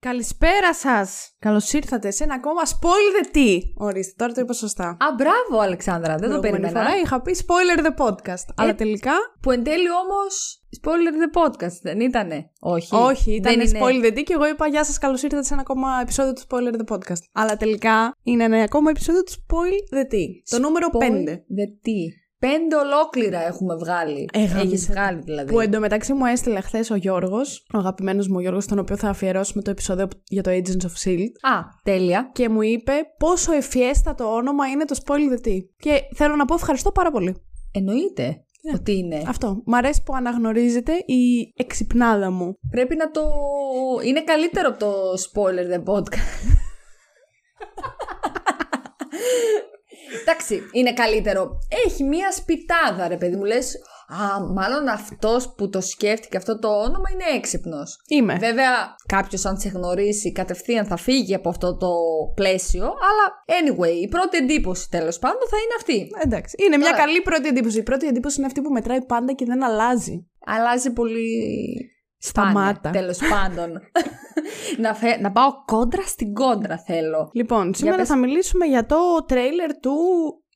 Καλησπέρα σας! Καλώς ήρθατε σε ένα ακόμα spoiler the tea. Ορίστε, τώρα το είπα σωστά. Α, μπράβο, Αλεξάνδρα, δεν το Προηγούμενη περίμενα. Ε, φορά είχα πει spoiler the podcast. αλλά τελικά. Που εν τέλει όμως. Spoiler the podcast, δεν ήτανε. Όχι. Όχι, ήταν δεν είναι. spoiler the tea και εγώ είπα Γεια σας, καλώς ήρθατε σε ένα ακόμα επεισόδιο του spoiler the podcast. Αλλά τελικά είναι ένα ακόμα επεισόδιο του spoiler the tea. Το νούμερο Spoil 5. The τι. Πέντε ολόκληρα έχουμε βγάλει. Ε, γάμισε Έχεις τα. βγάλει δηλαδή. Που εντωμεταξύ μου έστειλε χθες ο Γιώργος, ο αγαπημένος μου Γιώργος, τον οποίο θα αφιερώσουμε το επεισόδιο για το Agents of Shield. Α, τέλεια. E Και μου είπε πόσο ευφιέστατο όνομα είναι το spoiler the tea. Και θέλω να πω ευχαριστώ πάρα πολύ. Εννοείται Ναι. ότι είναι. Αυτό. Μ' αρέσει που αναγνωρίζεται η εξυπνάδα μου. Πρέπει να το... Είναι καλύτερο από το spoiler the podcast. Εντάξει, είναι καλύτερο. Έχει μία σπιτάδα, ρε παιδί μου. Λες, α, μάλλον αυτός που το σκέφτηκε αυτό το όνομα είναι έξυπνος. Είμαι. Βέβαια, κάποιος αν σε γνωρίσει κατευθείαν θα φύγει από αυτό το πλαίσιο, αλλά anyway, η πρώτη εντύπωση τέλος πάντων θα είναι αυτή. Εντάξει. Είναι μια Ωραία. καλή πρώτη εντύπωση. Η πρώτη εντύπωση είναι αυτή που μετράει πάντα και δεν αλλάζει. Αλλάζει πολύ. Σταμάτα. Τέλος πάντων. να, φε... να πάω κόντρα στην κόντρα θέλω. Λοιπόν, σήμερα πες. θα μιλήσουμε για το τρέιλερ του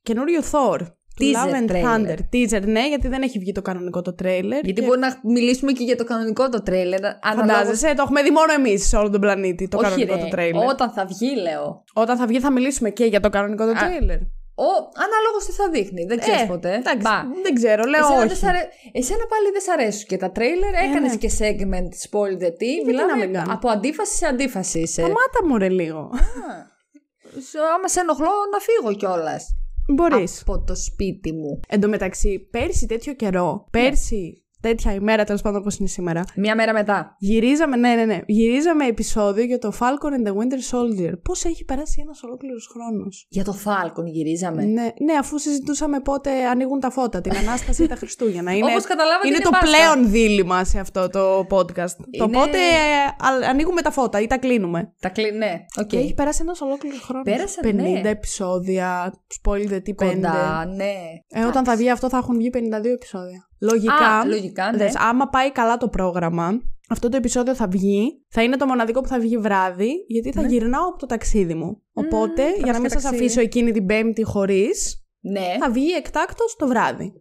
καινούριου Thor. Του Teaser Love and trailer. Thunder. Teaser, ναι, γιατί δεν έχει βγει το κανονικό το τρέιλερ. Γιατί μπορεί να μιλήσουμε και για το κανονικό το τρέιλερ. αναλόγως- Φαντάζεσαι, το έχουμε δει μόνο εμείς σε όλο τον πλανήτη το Όχι, κανονικό ρε, το τρέιλερ. Όταν θα βγει, λέω. Όταν θα βγει, θα μιλήσουμε και για το κανονικό το τρέιλερ. Ο... Ανάλογος τι θα δείχνει. Δεν ξέρεις Ε, ποτέ. εντάξει, Μπα. δεν ξέρω, λέω Εσένα, όχι. Ε, ναι. δεν σ' αρέ- Εσένα πάλι δεν σ' αρέσουν και τα τρέιλερ. Έκανε και segment spoil the tea. να μην Μιλάμε κάνω. από αντίφαση σε αντίφαση είσαι. Σταμάτα μου ρε λίγο. Σ- Άμα σε ενοχλώ, να φύγω κιόλας. Μπορείς. Από το σπίτι μου. Εν τω μεταξύ, πέρσι τέτοιο καιρό, πέρσι τέτοια ημέρα, τέλος πάντων όπως είναι σήμερα, Μία μέρα μετά. γυρίζαμε, ναι, ναι, ναι, γυρίζαμε επεισόδιο για το Falcon and the Winter Soldier. Πώς έχει περάσει ένας ολόκληρος χρόνος. Για το Falcon γυρίζαμε. Ναι, ναι, αφού συζητούσαμε πότε ανοίγουν τα φώτα, την Ανάσταση ή τα Χριστούγεννα. Είναι, Όπως καταλάβατε, είναι είναι το Πάσχα. πλέον δίλημα σε αυτό το podcast. Το Είναι- πότε ε, α- ανοίγουμε τα φώτα ή τα κλείνουμε. Τα κλει... Ναι, οκ. Και έχει περάσει ένας ολόκληρος χρόνος. Πέρασε, 50 ναι. επεισόδια, spoiler τι 5. Κοντά, ναι. Ε, όταν θα βγει αυτό θα έχουν βγει 52 επεισόδια. Λογικά. Α, λογικά, ναι. Δες, άμα πάει καλά το πρόγραμμα, αυτό το επεισόδιο θα βγει. Θα είναι το μοναδικό που θα βγει βράδυ, γιατί θα γυρνάω από το ταξίδι μου. Οπότε, Ναι. θα για πας να μην και σας ταξίδι. αφήσω εκείνη την Πέμπτη χωρίς, Ναι. θα βγει εκτάκτο το βράδυ.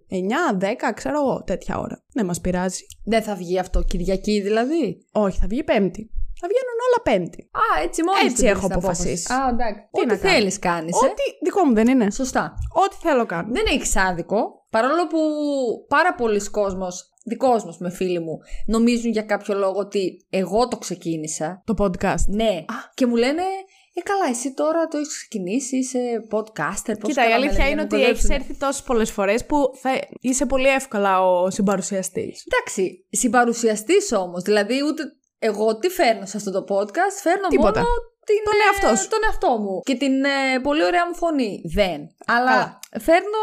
9, 10, ξέρω εγώ, τέτοια ώρα. Δεν μας πειράζει. Δεν θα βγει αυτό Κυριακή δηλαδή. Όχι, θα βγει Πέμπτη. Θα βγαίνουν όλα Πέμπτη. Α, έτσι μόνος. Έτσι έχω αποφασίσει. Α, εντάξει. Τι Ό,τι να κάνω. θέλεις, κάνεις. Ό,τι δικό μου δεν είναι. Σωστά. Ό,τι θέλω κάνω. Δεν έχεις άδικο. Παρόλο που πάρα πολλοί κόσμος, δικός μας με φίλοι μου, νομίζουν για κάποιο λόγο ότι εγώ το ξεκίνησα. Το podcast. Ναι. Και μου λένε, ε καλά, εσύ τώρα το έχεις ξεκινήσει, είσαι podcaster. Πώς Κοίτα, η καλά με αλήθεια λένε, είναι μου ότι κοροϊδέψουν». έχει έρθει τόσες πολλές φορές που θα είσαι πολύ εύκολα ο συμπαρουσιαστής. Εντάξει, συμπαρουσιαστής όμως. Δηλαδή, ούτε εγώ τι φέρνω σε αυτό το podcast, φέρνω Τίποτα. μόνο την, Τον ε, εαυτό σου. τον εαυτό μου και την ε, πολύ ωραία μου φωνή. Δεν. Αλλά Καλά. φέρνω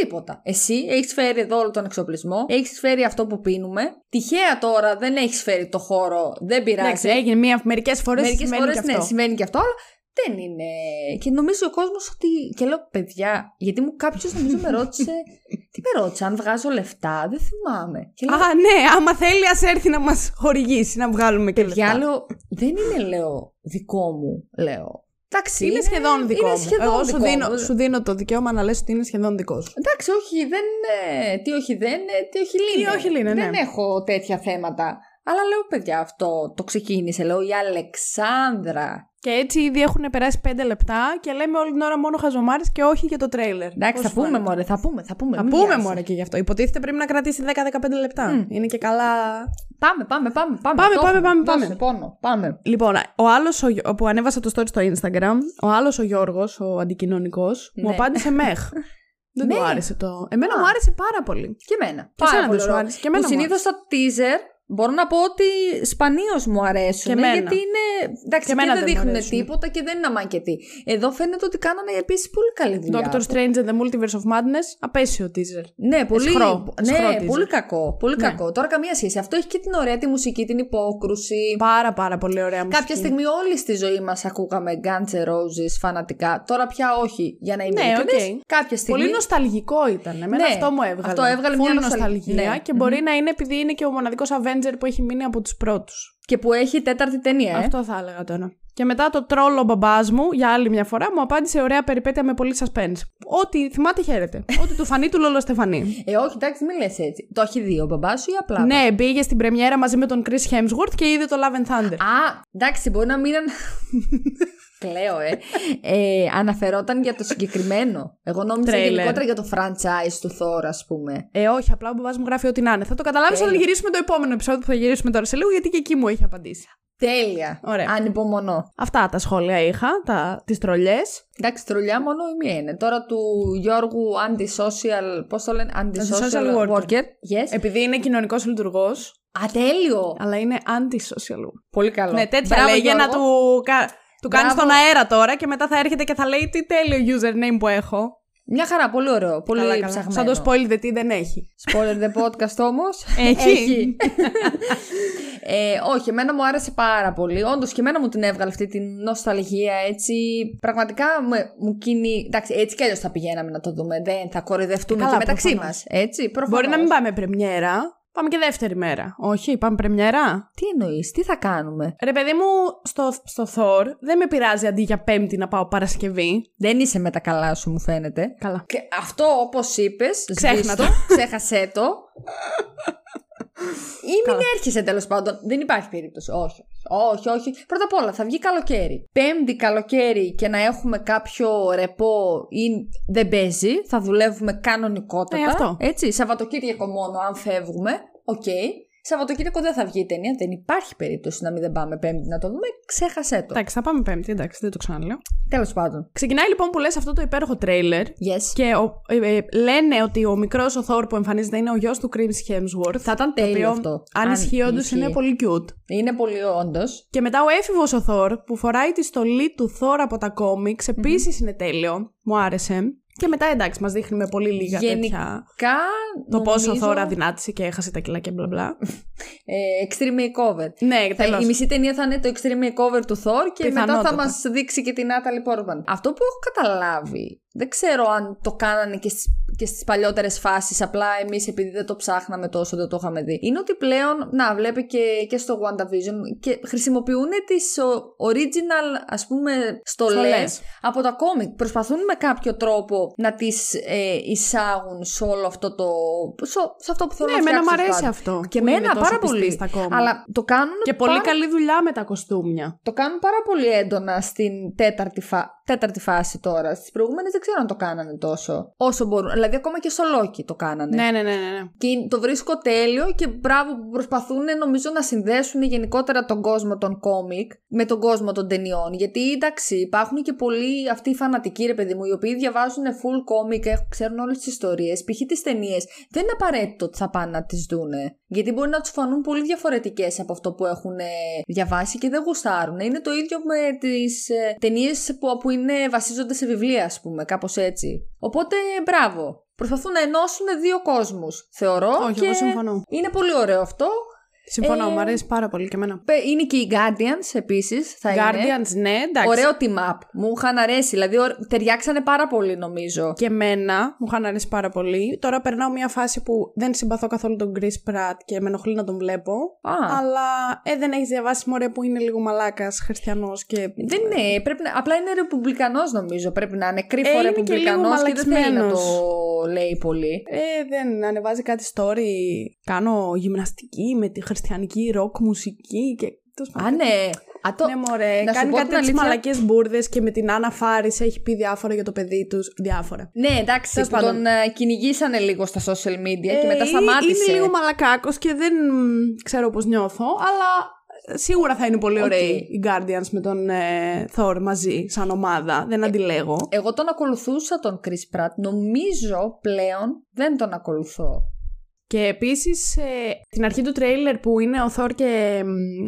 τίποτα. Εσύ έχεις φέρει εδώ όλο τον εξοπλισμό, έχεις φέρει αυτό που πίνουμε. Τυχαία τώρα δεν έχεις φέρει το χώρο, δεν πειράζει. Εντάξει, έγινε μία μερικές φορές. Μερικές φορές, και ναι, αυτό. συμβαίνει και αυτό, αλλά δεν είναι. Και νομίζω ο κόσμος ότι. Και λέω, παιδιά, γιατί μου κάποιος νομίζω με ρώτησε. Τι με ρώτησε, αν βγάζω λεφτά, δεν θυμάμαι. Και λέω, Α, ναι, άμα θέλει, ας έρθει να μας χορηγήσει, να βγάλουμε και λεφτά. Για λέω, δεν είναι λέω δικό μου, λέω. Εντάξει, Είναι σχεδόν δικό είναι μου. ναι. σχεδόν Εγώ σου, δικό δίνω, μου. σου δίνω το δικαίωμα να λες ότι είναι σχεδόν δικό σου. Εντάξει, όχι, δεν. ε, τι όχι δεν, ε, τι όχι λύνε. όχι λύνε, δεν ναι. έχω τέτοια θέματα. Αλλά λέω, παιδιά, αυτό το ξεκίνησε, λέω, η Αλεξάνδρα. Και έτσι ήδη έχουν περάσει 5 λεπτά και λέμε όλη την ώρα μόνο χαζομάρες και όχι για το τρέιλερ. Πώς Εντάξει, θα πούμε, φάνηκε? μωρέ, θα πούμε, θα πούμε. Θα μην πούμε βιάζεσαι. μόνο και γι' αυτό. Υποτίθεται πρέπει να κρατήσει 10-15 λεπτά. Είναι και καλά Πάμε, πάμε, πάμε. Πάμε, Πάμε, το πάμε, έχουμε. πάμε, πάμε. Δώσε πόνο, πάμε. Λοιπόν, ο άλλος που ανέβασα το story στο Instagram, ο άλλος ο Γιώργος, ο αντικοινωνικός, μου Ναι. απάντησε μεχ. Δεν του Μεχ. άρεσε το. Εμένα Α. μου άρεσε πάρα πολύ. Και εμένα. εσένα Πάρα δεν πολύ σου ωραίο. άρεσε, και εμένα Που μου συνήθως τα teaser μπορώ να πω ότι σπανίως μου αρέσουν. Και εμένα. Γιατί είναι. Εντάξει, Και και, εμένα δεν δεν μου δείχνουν αρέσουν. τίποτα και δεν είναι αμάκετοι. Εδώ φαίνεται ότι κάνανε επίσης πολύ καλή δουλειά. Doctor Strange and the Multiverse of Madness, απέσιο teaser. Ναι, πολύ, Σχρό. ναι, Σχρό teaser. Ναι. πολύ κακό. Πολύ κακό. Τώρα καμία σχέση. Αυτό έχει και την ωραία τη μουσική, την υπόκρουση. Πάρα πάρα πολύ ωραία μουσική. Κάποια στιγμή όλοι στη ζωή μας ακούγαμε Guns N' Roses φανατικά. Τώρα πια όχι, για να είμαι Ναι, ειλικρινής. οκ. Κάποια στιγμή. Πολύ νοσταλγικό ήταν. Εμένα Ναι, αυτό μου έβγαλε. αυτό έβγαλε μια Full νοσταλ- νοσταλγία ναι. και μπορει να είναι επειδή είναι και ο μοναδικός Avenger που έχει μείνει από τους πρώτους. Και που έχει τέταρτη ταινία, ε. Αυτό θα έλεγα τώρα. Και μετά το τρόλο ο μπαμπάς μου για άλλη μια φορά μου απάντησε ωραία περιπέτεια με πολύ suspense. Ό,τι θυμάται χαίρεται. Ό,τι του φανεί του Λόλο Στεφανή. Ε, όχι, εντάξει, μην λες έτσι. Το έχει δει ο μπαμπάς σου ή απλά. ναι, πήγε στην πρεμιέρα μαζί με τον Chris Hemsworth και είδε το Love and Thunder. Α, εντάξει, μπορεί να μην. ανα- Κλαίω, ε. ε. Αναφερόταν για το συγκεκριμένο. Εγώ νόμιζα Τρέιλερ. γενικότερα για το franchise του Thor, ας πούμε. Ε, όχι, απλά ο μπαμπάς μου γράφει ό,τι να είναι. Θα το καταλάβεις όταν Τέλεια. γυρίσουμε το επόμενο επεισόδιο που θα γυρίσουμε τώρα σε λίγο, γιατί και εκεί μου έχει απαντήσει. Τέλεια. Ωραία. Ανυπομονώ. Αυτά τα σχόλια είχα, τα... τις τρολιές. Εντάξει, τρολιά μόνο η μία είναι. Τώρα του Γιώργου antisocial. Πώς το λένε, Antisocial antisocial worker. Ε, worker. Yes. Επειδή είναι κοινωνικός λειτουργός, Α, τέλειο. αλλά είναι anti-social work. Πολύ καλό. Ναι, τέτοια λέει για να του, κα... του Μπράβο. κάνει τον αέρα τώρα και μετά θα έρχεται και θα λέει τι τέλειο username που έχω. Μια χαρά, πολύ ωραίο. Πολύ Καλά, καλά. ψαχμένο. Σαν το spoil the tea δεν έχει. Spoiler the podcast όμως. Έχει. ε, όχι, εμένα μου άρεσε πάρα πολύ. Όντως και εμένα μου την έβγαλε αυτή την νοσταλγία έτσι. Πραγματικά με- μου κινεί. Εντάξει, έτσι κι αλλιώς θα πηγαίναμε να το δούμε. Δεν θα κοροϊδευτούν Καλά, και μεταξύ μα. προφανώς. Έτσι, προφανώς. Μπορεί να μην πάμε πρεμιέρα. Πάμε και δεύτερη μέρα. Όχι, πάμε πρεμιέρα. Τι εννοείς, τι θα κάνουμε. Ρε παιδί μου, στο, στο Thor δεν με πειράζει αντί για Πέμπτη να πάω Παρασκευή. Δεν είσαι με τα καλά σου, μου φαίνεται. Καλά. Και αυτό όπως είπες. Ξέχνα το. Ξέχασέ το. Ή μην έρχεσαι τέλος πάντων. Δεν υπάρχει περίπτωση. Όχι. Όχι, όχι. Πρώτα απ' όλα θα βγει καλοκαίρι. Πέμπτη καλοκαίρι και να έχουμε κάποιο ρεπό ή δεν παίζει. Θα δουλεύουμε κανονικότατα. Ε, αυτό. Έτσι. Σαββατοκύριακο μόνο, αν φεύγουμε. Οκ. Σαββατοκύριακο δεν θα βγει η ταινία. Δεν υπάρχει περίπτωση να μην δεν πάμε Πέμπτη να το δούμε. Ξέχασέ το. Εντάξει, θα πάμε Πέμπτη, εντάξει, δεν το ξαναλέω. Τέλος πάντων. Ξεκινάει λοιπόν που λες αυτό το υπέροχο τρέιλερ. Yes. Και ο- ε, ε, λένε ότι ο μικρός ο Thor που εμφανίζεται είναι ο γιος του Chris Hemsworth. Θα ήταν το τέλειο οποίο, αυτό. Αν ισχύει, όντω ισχύει. είναι πολύ cute. Είναι πολύ όντως. Και μετά ο έφηβος ο Θόρ που φοράει τη στολή του Θόρ από τα κόμιξ. επίσης είναι τέλειο. Μου άρεσε. Και μετά εντάξει, μας δείχνει με πολύ λίγα τέτοια. Γενικά. Το πόσο ο νομίζω, Θόρ αδυνάτησε και έχασε τα κιλά και μπλα μπλα. ε, extreme makeover. ναι, Θα, η τέλος. μισή ταινία θα είναι το extreme makeover του Thor και μετά Πιθανότατα. θα μας δείξει και την Natalie Portman. Αυτό που έχω καταλάβει, δεν ξέρω αν το κάνανε και στις, και στις παλιότερες φάσεις, απλά εμείς επειδή δεν το ψάχναμε τόσο δεν το είχαμε δει, είναι ότι πλέον, να βλέπει και, και στο WandaVision και χρησιμοποιούν τις ο- original ας πούμε στολές Στολές. από τα κόμικ. Προσπαθούν με κάποιο τρόπο να τις ε, εισάγουν σε όλο αυτό το... σε, σε αυτό που θέλουν Ναι, να εμένα μου φτιάξουν αρέσει πάντα. αυτό. Και που είναι εμένα τόσο πάρα πιστή πολύ. στα κόμμα. Αλλά το κάνουν Και πολύ πάρα- καλή δουλειά με τα κοστούμια. το κάνουν πάρα πολύ έντονα στην τέταρτη, φα... τέταρτη φάση τώρα. Στις προηγούμενες δεν ξέρω αν το κάνανε τόσο. Όσο μπορούν. Δηλαδή, ακόμα και στο Loki το κάνανε. Ναι, ναι, ναι, ναι. ναι. Και το βρίσκω τέλειο και μπράβο που προσπαθούν νομίζω να συνδέσουν γενικότερα τον κόσμο των κόμικ με τον κόσμο των ταινιών. Γιατί εντάξει, υπάρχουν και πολλοί αυτοί οι φανατικοί ρε παιδί μου, οι οποίοι διαβάζουν full κόμικ, έχ- ξέρουν όλες τις ιστορίες. Π.χ. τις ταινίες δεν είναι απαραίτητο ότι θα πάνε να τις δούνε. Γιατί μπορεί να τους φανούν πολύ διαφορετικές από αυτό που έχουν ε, διαβάσει και δεν γουστάρουν. Είναι το ίδιο με τις ε, ταινίες που, που είναι, βασίζονται σε βιβλία, ας πούμε, κάπως έτσι. Οπότε μπράβο. Προσπαθούν να ενώσουν δύο κόσμους, θεωρώ. Όχι, και εγώ συμφωνώ. Είναι πολύ ωραίο αυτό. Συμφωνώ, Ε, μου αρέσει πάρα πολύ και εμένα. Πε- Είναι και οι Guardians επίσης, θα είναι. Guardians, ναι, εντάξει. Ωραίο team-up. Μου είχαν αρέσει. Δηλαδή, ω- ταιριάξανε πάρα πολύ, νομίζω. Και εμένα μου είχαν αρέσει πάρα πολύ. Τώρα περνάω μια φάση που δεν συμπαθώ καθόλου τον Chris Pratt και με ενοχλεί να τον βλέπω. Α, Αλλά ε, δεν έχεις διαβάσει μωρέ που είναι λίγο μαλάκας χριστιανός και. δεν είναι. Πρέπει να, απλά είναι ρεπουμπλικανός νομίζω. Πρέπει να είναι κρύφο Ε, είναι και ρεπουμπλικανός λίγο και, δεν θέλει να το μαλακισμένος. λέει πολύ. Ε, δεν ανεβάζει κάτι story. Κάνω γυμναστική με τη χριστιανική ροκ μουσική και. τέλος πάντων. Α, ναι. Α, το... Ναι, μωρέ. να σου κάνει πω κάτι την τέτοιε αλήθεια. μαλακές μπουρδες και με την Άννα Φάρης έχει πει διάφορα για το παιδί τους. Διάφορα. ναι, εντάξει, Τέλος που πάντων. τον ε, κυνηγήσανε λίγο στα social media και μετά Ε, σταμάτησε. Είναι λίγο μαλακάκος και δεν μ, ξέρω πώς νιώθω, αλλά ε, σίγουρα θα είναι πολύ Οκ. ωραίοι οι Guardians με τον ε, Thor μαζί, σαν ομάδα. Ε, Δεν αντιλέγω. Εγώ τον ακολουθούσα τον Chris Pratt. Νομίζω πλέον δεν τον ακολουθώ. Και επίσης, ε, την αρχή του τρέιλερ που είναι ο Θόρ και μ,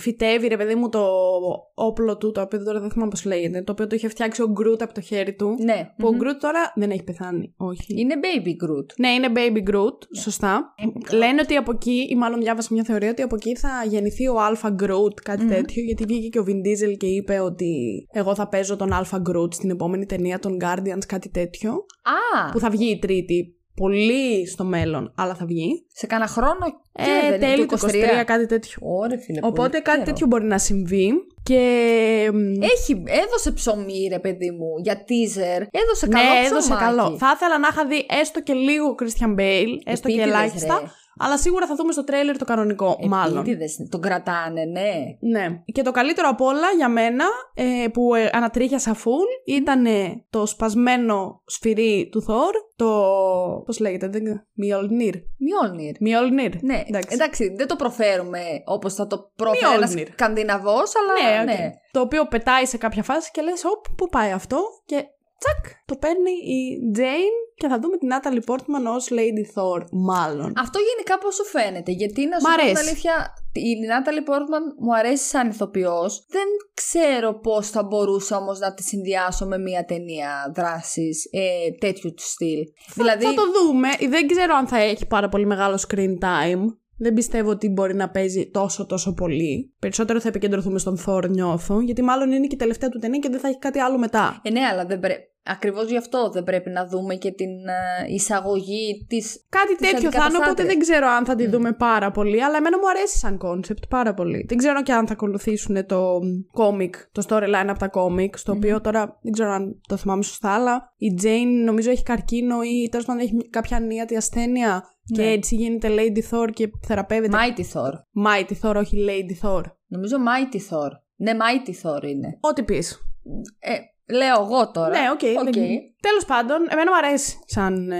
φυτεύει, ρε παιδί μου, το όπλο του, το οποίο τώρα δεν θυμάμαι πώς λέγεται, το οποίο το είχε φτιάξει ο Γκρουτ από το χέρι του. Ναι. Που ο Γκρουτ τώρα δεν έχει πεθάνει, όχι. Είναι baby Groot. Ναι, είναι Baby Groot, Ναι. σωστά. Λένε ότι από εκεί, ή μάλλον διάβασα μια θεωρία, ότι από εκεί θα γεννηθεί ο Αλφα Groot, κάτι τέτοιο, γιατί βγήκε και ο Vin Diesel και είπε ότι εγώ θα παίζω τον Αλφα Groot στην επόμενη ταινία των Guardians, κάτι τέτοιο, Α! που θα βγει η τρίτη πολύ στο μέλλον, αλλά θα βγει. Σε κάνα χρόνο και Ε, δεν τέλη είναι Ε, του 23, κάτι τέτοιο. Ωραία, φίλε. Οπότε πολύ κάτι καιρό. τέτοιο μπορεί να συμβεί και... μ, Έχει, έδωσε ψωμί, ρε παιδί μου, για teaser. Έδωσε καλό ναι, ψωμάκι. έδωσε καλό. Θα ήθελα να είχα δει έστω και λίγο Christian Bale, έστω και Επίτηδες, ελάχιστα. ρε. Αλλά σίγουρα θα δούμε στο τρέιλερ το κανονικό, μάλλον. Επίτηδες, τον κρατάνε, ναι. Ναι. Και το καλύτερο απ' όλα για μένα ε, που ε, ανατρίχιασα full ήταν το σπασμένο σφυρί του Θόρ, το. Πώς λέγεται, δεν ξέρω. Μιολνίρ. Μιόλνιρ. Μιολνίρ. Ναι, εντάξει. εντάξει. δεν το προφέρουμε όπως θα το πρόφερε ένας Mjolnir. Σκανδιναβός, αλλά Ναι, ναι. οκ. Το οποίο πετάει σε κάποια φάση και λες, οπ, πού πάει αυτό και τσακ, το παίρνει η Jane και θα δούμε την Natalie Portman ως Lady Thor, μάλλον. Αυτό γενικά πώς σου φαίνεται, γιατί να σου Μ' πω την αρέσει. αλήθεια, η Νάταλη Πόρτμαν μου αρέσει σαν ηθοποιός. Δεν ξέρω πώς θα μπορούσα όμως να τη συνδυάσω με μια ταινία δράσης ε, τέτοιου του στυλ. δηλαδή, Θα το δούμε. Δεν ξέρω αν θα έχει πάρα πολύ μεγάλο screen time. Δεν πιστεύω ότι μπορεί να παίζει τόσο τόσο πολύ. Περισσότερο θα επικεντρωθούμε στον Thor νιώθω, γιατί μάλλον είναι και η τελευταία του ταινία και δεν θα έχει κάτι άλλο μετά. ε, ναι, αλλά δεν πρέπει... Ακριβώς γι' αυτό δεν πρέπει να δούμε και την ε, εισαγωγή της... Κάτι της τέτοιο θα είναι, οπότε αντικαταστάτριας. δεν ξέρω αν θα τη δούμε πάρα πολύ, αλλά εμένα μου αρέσει σαν concept πάρα πολύ. Δεν ξέρω και αν θα ακολουθήσουν το comic, το storyline από τα comic, στο οποίο τώρα δεν ξέρω αν το θυμάμαι σωστά, αλλά η Jane νομίζω έχει καρκίνο ή τέλος πάντων έχει κάποια ανίατη ασθένεια και Ναι. έτσι γίνεται Lady Thor και θεραπεύεται. Mighty Thor. Mighty Thor, όχι Lady Thor. Νομίζω Mighty Thor. Ναι, Mighty Thor είναι. Ό,τι πεις. Ε, λέω εγώ τώρα. Ναι, οκ. Οκ. Τέλος πάντων, εμένα μου αρέσει σαν, ε,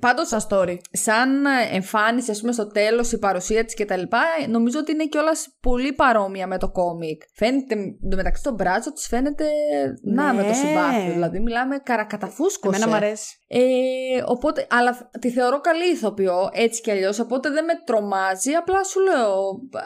Πάντως, σαν story. σαν εμφάνιση, ας πούμε, στο τέλος η παρουσία της κτλ. Νομίζω ότι είναι κιόλας πολύ παρόμοια με το κόμικ. Φαίνεται, εντωμεταξύ το μπράτσο της φαίνεται να Ναι. με το συμπάθειο. Δηλαδή, μιλάμε καρακαταφούσκωσε. Εμένα μου αρέσει. Ε, οπότε, αλλά τη θεωρώ καλή ηθοποιό, έτσι κι αλλιώς, οπότε δεν με τρομάζει, απλά σου λέω,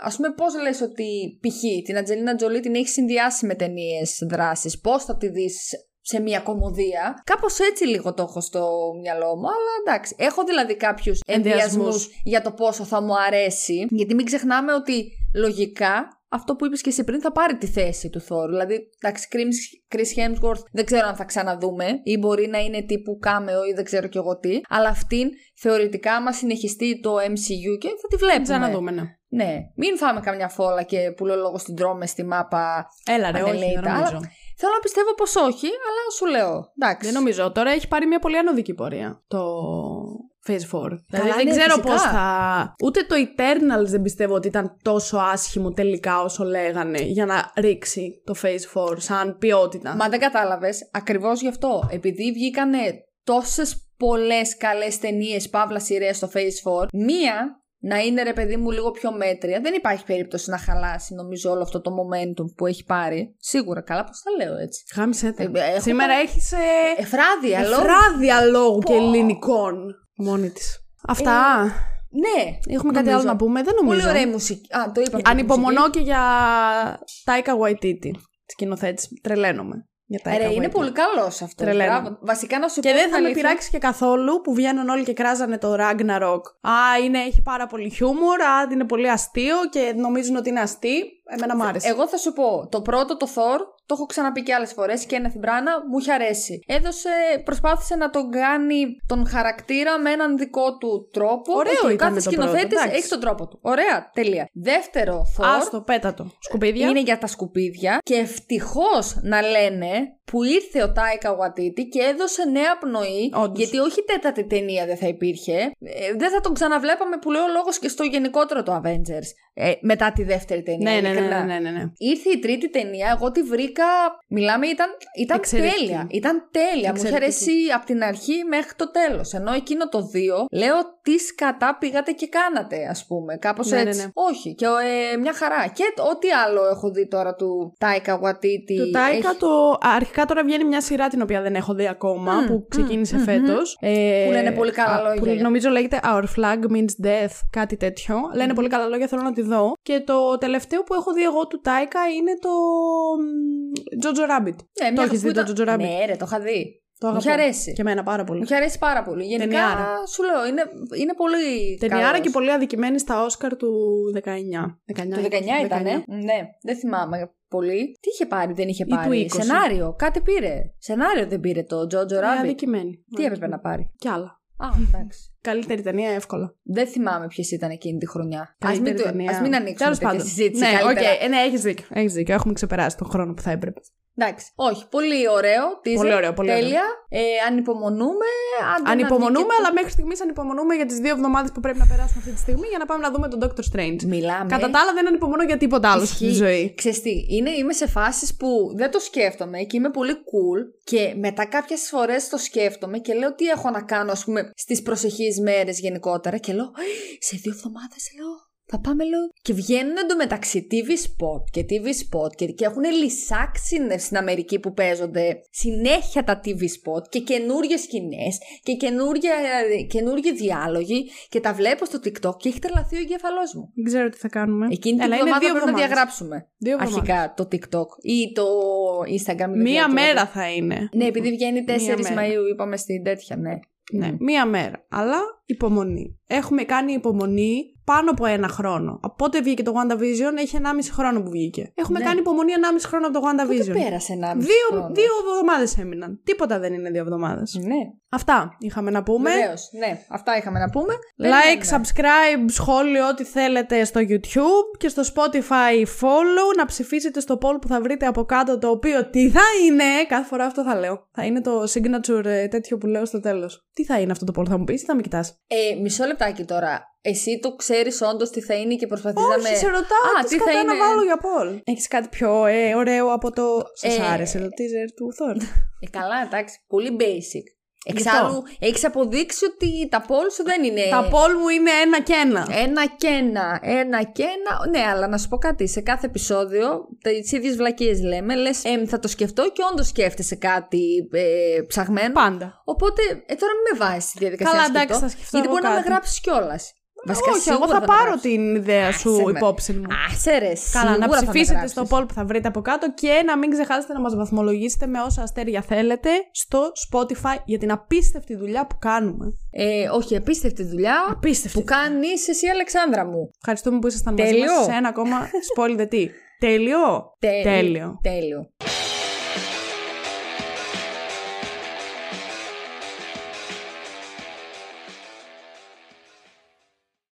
ας πούμε πώς λες ότι π.χ. την Ατζελίνα Τζολί την έχει συνδυάσει με ταινίες δράσεις, πώς θα τη δεις σε μια κομμωδία. Κάπως έτσι λίγο το έχω στο μυαλό μου, αλλά εντάξει. Έχω δηλαδή κάποιους ενδιασμούς Ενδιασμούς. για το πόσο θα μου αρέσει, γιατί μην ξεχνάμε ότι λογικά αυτό που είπες και εσύ πριν θα πάρει τη θέση του Θόρου. Δηλαδή, εντάξει, Chris- Chris Hemsworth δεν ξέρω αν θα ξαναδούμε ή μπορεί να είναι τύπου κάμεο ή δεν ξέρω κι εγώ τι. Αλλά αυτήν θεωρητικά άμα συνεχιστεί το MCU και θα τη βλέπουμε. Ξαναδούμε, ναι. Ναι. Μην φάμε καμιά φόλα και που λέω λόγο στην τρώμε στη μάπα. Έλα ρε, όχι, δεν Ανελέητα, νομίζω. αλλά- Θέλω να πιστεύω πως όχι, αλλά σου λέω. Εντάξει. Δεν νομίζω. Τώρα έχει πάρει μια πολύ ανωδική πορεία το Phase 4. Δηλαδή Καλά, δεν ναι, ξέρω φυσικά. πώς θα. Ούτε το Eternals δεν πιστεύω ότι ήταν τόσο άσχημο τελικά όσο λέγανε για να ρίξει το Phase 4 σαν ποιότητα. Μα δεν κατάλαβες. Ακριβώς γι' αυτό. Επειδή βγήκανε τόσες πολλές καλές ταινίες παύλα σειρές στο Phase 4, μία να είναι ρε παιδί μου λίγο πιο μέτρια. Δεν υπάρχει περίπτωση να χαλάσει νομίζω όλο αυτό το momentum που έχει πάρει. Σίγουρα καλά, πώς τα λέω έτσι. Γάμισε τα. Ε, έχω Σήμερα πάρει- έχεις έχει. Εφράδια, λόγω. Εφράδια λόγου και ελληνικών μόνη της. Αυτά. Ναι, Έχουμε κάτι νομίζω. άλλο να πούμε. Δεν νομίζω. Ε, Πολύ ωραία η μουσική. Α, το είπα. πριν, Ανυπομονώ και για Taika Waititi, σκηνοθέτη. Τρελαίνομαι για Taika μουσική. Ρε, είναι Waititi. πολύ καλός αυτός. Τρελαίνω. Μπράβο. Βασικά να σου Και πω δεν την θα με αλήθεια, πειράξει και καθόλου που βγαίνουν όλοι και κράζανε το Ragnarok. Α, είναι, έχει πάρα πολύ χιούμορ, α, είναι πολύ αστείο και νομίζουν ότι είναι αστείο. Εμένα μου άρεσε. Εγώ θα σου πω, το πρώτο το Thor, το έχω ξαναπεί και άλλες φορές και ένα θυμπράνα, μου είχε αρέσει. Έδωσε, προσπάθησε να τον κάνει τον χαρακτήρα με έναν δικό του τρόπο. Ωραίο Οκ, ήταν κάθε το σκηνοθέτης πρώτο, εντάξει. έχει τον τρόπο του. Ωραία, τελεία. Δεύτερο Thor. Άστο, πέτατο. Σκουπίδια. Είναι για τα σκουπίδια και ευτυχώς να λένε που ήρθε ο Τάικα Γουατίτη και έδωσε νέα πνοή. Όντως. Γιατί όχι η τέταρτη ταινία δεν θα υπήρχε. Ε, δεν θα τον ξαναβλέπαμε που λέω λόγος και στο γενικότερο το Avengers. Ε, μετά τη δεύτερη ταινία. Ναι, ναι, ναι, ειλικρινά. ναι, ναι, ναι, ναι. Ήρθε η τρίτη ταινία, εγώ τη βρήκα. Μιλάμε, ήταν, ήταν Εξαιρετική. τέλεια. Ήταν τέλεια. Μου είχε Εξαιρετική. αρέσει από την αρχή μέχρι το τέλος. Ενώ εκείνο το δύο, λέω τι σκατά πήγατε και κάνατε, ας πούμε. Κάπως Ναι, ναι, έτσι. ναι. Όχι, και ε, μια χαρά. Και τ- ό,τι άλλο έχω δει τώρα του Τάικα Γουατίτη. Το Τάικα έχει- το... Αρχικά τώρα βγαίνει μια σειρά την οποία δεν έχω δει ακόμα Μμμ, που ξεκίνησε μμμ, φέτος. Ε, Που λένε πολύ καλά α, λόγια για- Που νομίζω λέγεται Our flag means death, κάτι τέτοιο. Λένε πολύ καλά λόγια, θέλω να τη δω. Και το τελευταίο που έχω δει εγώ του Τάικα είναι το μ, Jojo Rabbit. Ναι, μια το έχεις που δει το ήταν- Jojo Rabbit. Ναι, ρε, το είχα δει. Το Μου είχε αγαπώ. αρέσει. Και εμένα πάρα Μου πολύ. είχε αρέσει πάρα πολύ. Γενικά, Ταινιάρα. σου λέω, είναι, είναι πολύ. Ταινιάρα καλός. και πολύ αδικημένη στα Όσκαρ του 19. 19 Το 19 ήταν, ε. ναι. Δεν θυμάμαι πολύ. Τι είχε πάρει, δεν είχε του πάρει. 20. Σενάριο, κάτι πήρε. Σενάριο δεν πήρε το Τζότζο Ε, Ράμπι. αδικημένη. Τι έπρεπε να πάρει. Κι άλλα. Α, εντάξει. Καλύτερη ταινία εύκολα. Δεν θυμάμαι ποιες ήταν εκείνη τη χρονιά. Α Καλύτερη μην, το... ταινία. ας μην ανοίξουμε Τέλος τέτοια πάντων. συζήτηση. Ναι, οκ. καλύτερα. Ε, ναι, έχεις δίκιο. Έχεις δίκιο. Έχουμε ξεπεράσει τον χρόνο που θα έπρεπε. Εντάξει. Όχι. Πολύ ωραίο. teaser. Πολύ ωραίο, πολύ ωραίο. Τέλεια. Ε, ανυπομονούμε. αν δεν Ανυπομονούμε, ανήκετε- αλλά μέχρι στιγμής ανυπομονούμε για τις δύο εβδομάδες που πρέπει να περάσουν αυτή τη στιγμή για να πάμε να δούμε τον Doctor Strange. Μιλάμε. Κατά τα άλλα, δεν ανυπομονώ για τίποτα άλλο στη Ναι. Ισχύει. ζωή. Ξέρεις τι, είναι, είμαι σε φάσεις που δεν το σκέφτομαι και είμαι πολύ cool και μετά κάποιες φορές το σκέφτομαι και λέω τι έχω να κάνω ας πούμε στις προσεχείς μέρες γενικότερα και λέω «Ε, σε δύο εβδομάδες λέω θα πάμε λέω και βγαίνουν εντωμεταξύ TV spot και TV spot και, και έχουν λυσάξεις νε- στην Αμερική που παίζονται συνέχεια τα TV spot και καινούριες σκηνές και καινούρια, ε, καινούργιοι διάλογοι και τα βλέπω στο TikTok και έχει τρελαθεί ο εγκέφαλός μου. Δεν ξέρω τι θα κάνουμε. Εκείνη την Αλλά είναι εβδομάδα δύο πρέπει να εβδομάδες. διαγράψουμε. Δύο Αρχικά το TikTok ή το Instagram. δεν Μία ξέρω τι μέρα να θα είναι. το- Ναι, επειδή βγαίνει 4 μέρα. Μαΐου, είπαμε στην τέτοια, ναι. Ναι, Μμ. μία μέρα. Αλλά υπομονή. Έχουμε κάνει υπομονή πάνω από ένα χρόνο. Από πότε βγήκε το WandaVision, έχει 1,5 χρόνο που βγήκε. Έχουμε Ναι. κάνει υπομονή 1,5 χρόνο από το Πότε WandaVision. πέρασε ένα μισό Δύο, χρόνο. δύο εβδομάδες έμειναν. Τίποτα δεν είναι δύο εβδομάδες. Ναι, Αυτά είχαμε να πούμε. βεβαίως. Ναι, αυτά είχαμε να πούμε. Like, Περιμένουμε. subscribe, σχόλιο, ό,τι θέλετε στο YouTube και στο Spotify follow, να ψηφίσετε στο poll που θα βρείτε από κάτω, το οποίο τι θα είναι, κάθε φορά αυτό θα λέω. Θα είναι το signature ε, τέτοιο που λέω στο τέλος. Τι θα είναι αυτό το poll, θα μου πεις ή θα με κοιτάς. Ε, μισό λεπτάκι τώρα. Εσύ το ξέρεις όντως τι θα είναι και προσπαθείς να με... Όχι, σε ρωτάω, Α, τις τι θα σκατά να είναι. βάλω για poll. Έχεις κάτι πιο ε, ωραίο από το... Σας Ε, άρεσε το teaser του Thor. Ε, καλά, εντάξει, πολύ basic. Εξάλλου, έχεις αποδείξει ότι τα πόλη σου δεν είναι... Τα poll μου είναι ένα και ένα. Ένα και ένα, ένα και ένα. Ναι, αλλά να σου πω κάτι. Σε κάθε επεισόδιο, τις ίδιες βλακίες λέμε, λες, ε, θα το σκεφτώ και όντως σκέφτεσαι κάτι ε, ψαγμένο. Πάντα. Οπότε, ε, τώρα μην με βάζεις στη διαδικασία. Καλά, να σκεφτώ, εντάξει, θα σκεφτώ Γιατί εγώ μπορεί να με κάτι. γράψεις κιόλας. Όχι, εγώ θα πάρω την ιδέα σου Άσε με. υπόψη μου. Άσε ρε, Καλά, να σίγουρα θα με ψηφίσετε γράψεις. στο poll που θα βρείτε από κάτω και να μην ξεχάσετε να μας βαθμολογήσετε με όσα αστέρια θέλετε στο Spotify για την απίστευτη δουλειά που κάνουμε. Ε, όχι, απίστευτη δουλειά Απίστευτη. που κάνεις εσύ, Αλεξάνδρα μου. Ευχαριστούμε που ήσασταν Τέλειο. μαζί μας σε ένα ακόμα spoil the tea. Τέλειο. Τέλειο. Τέλειο. Τέλειο.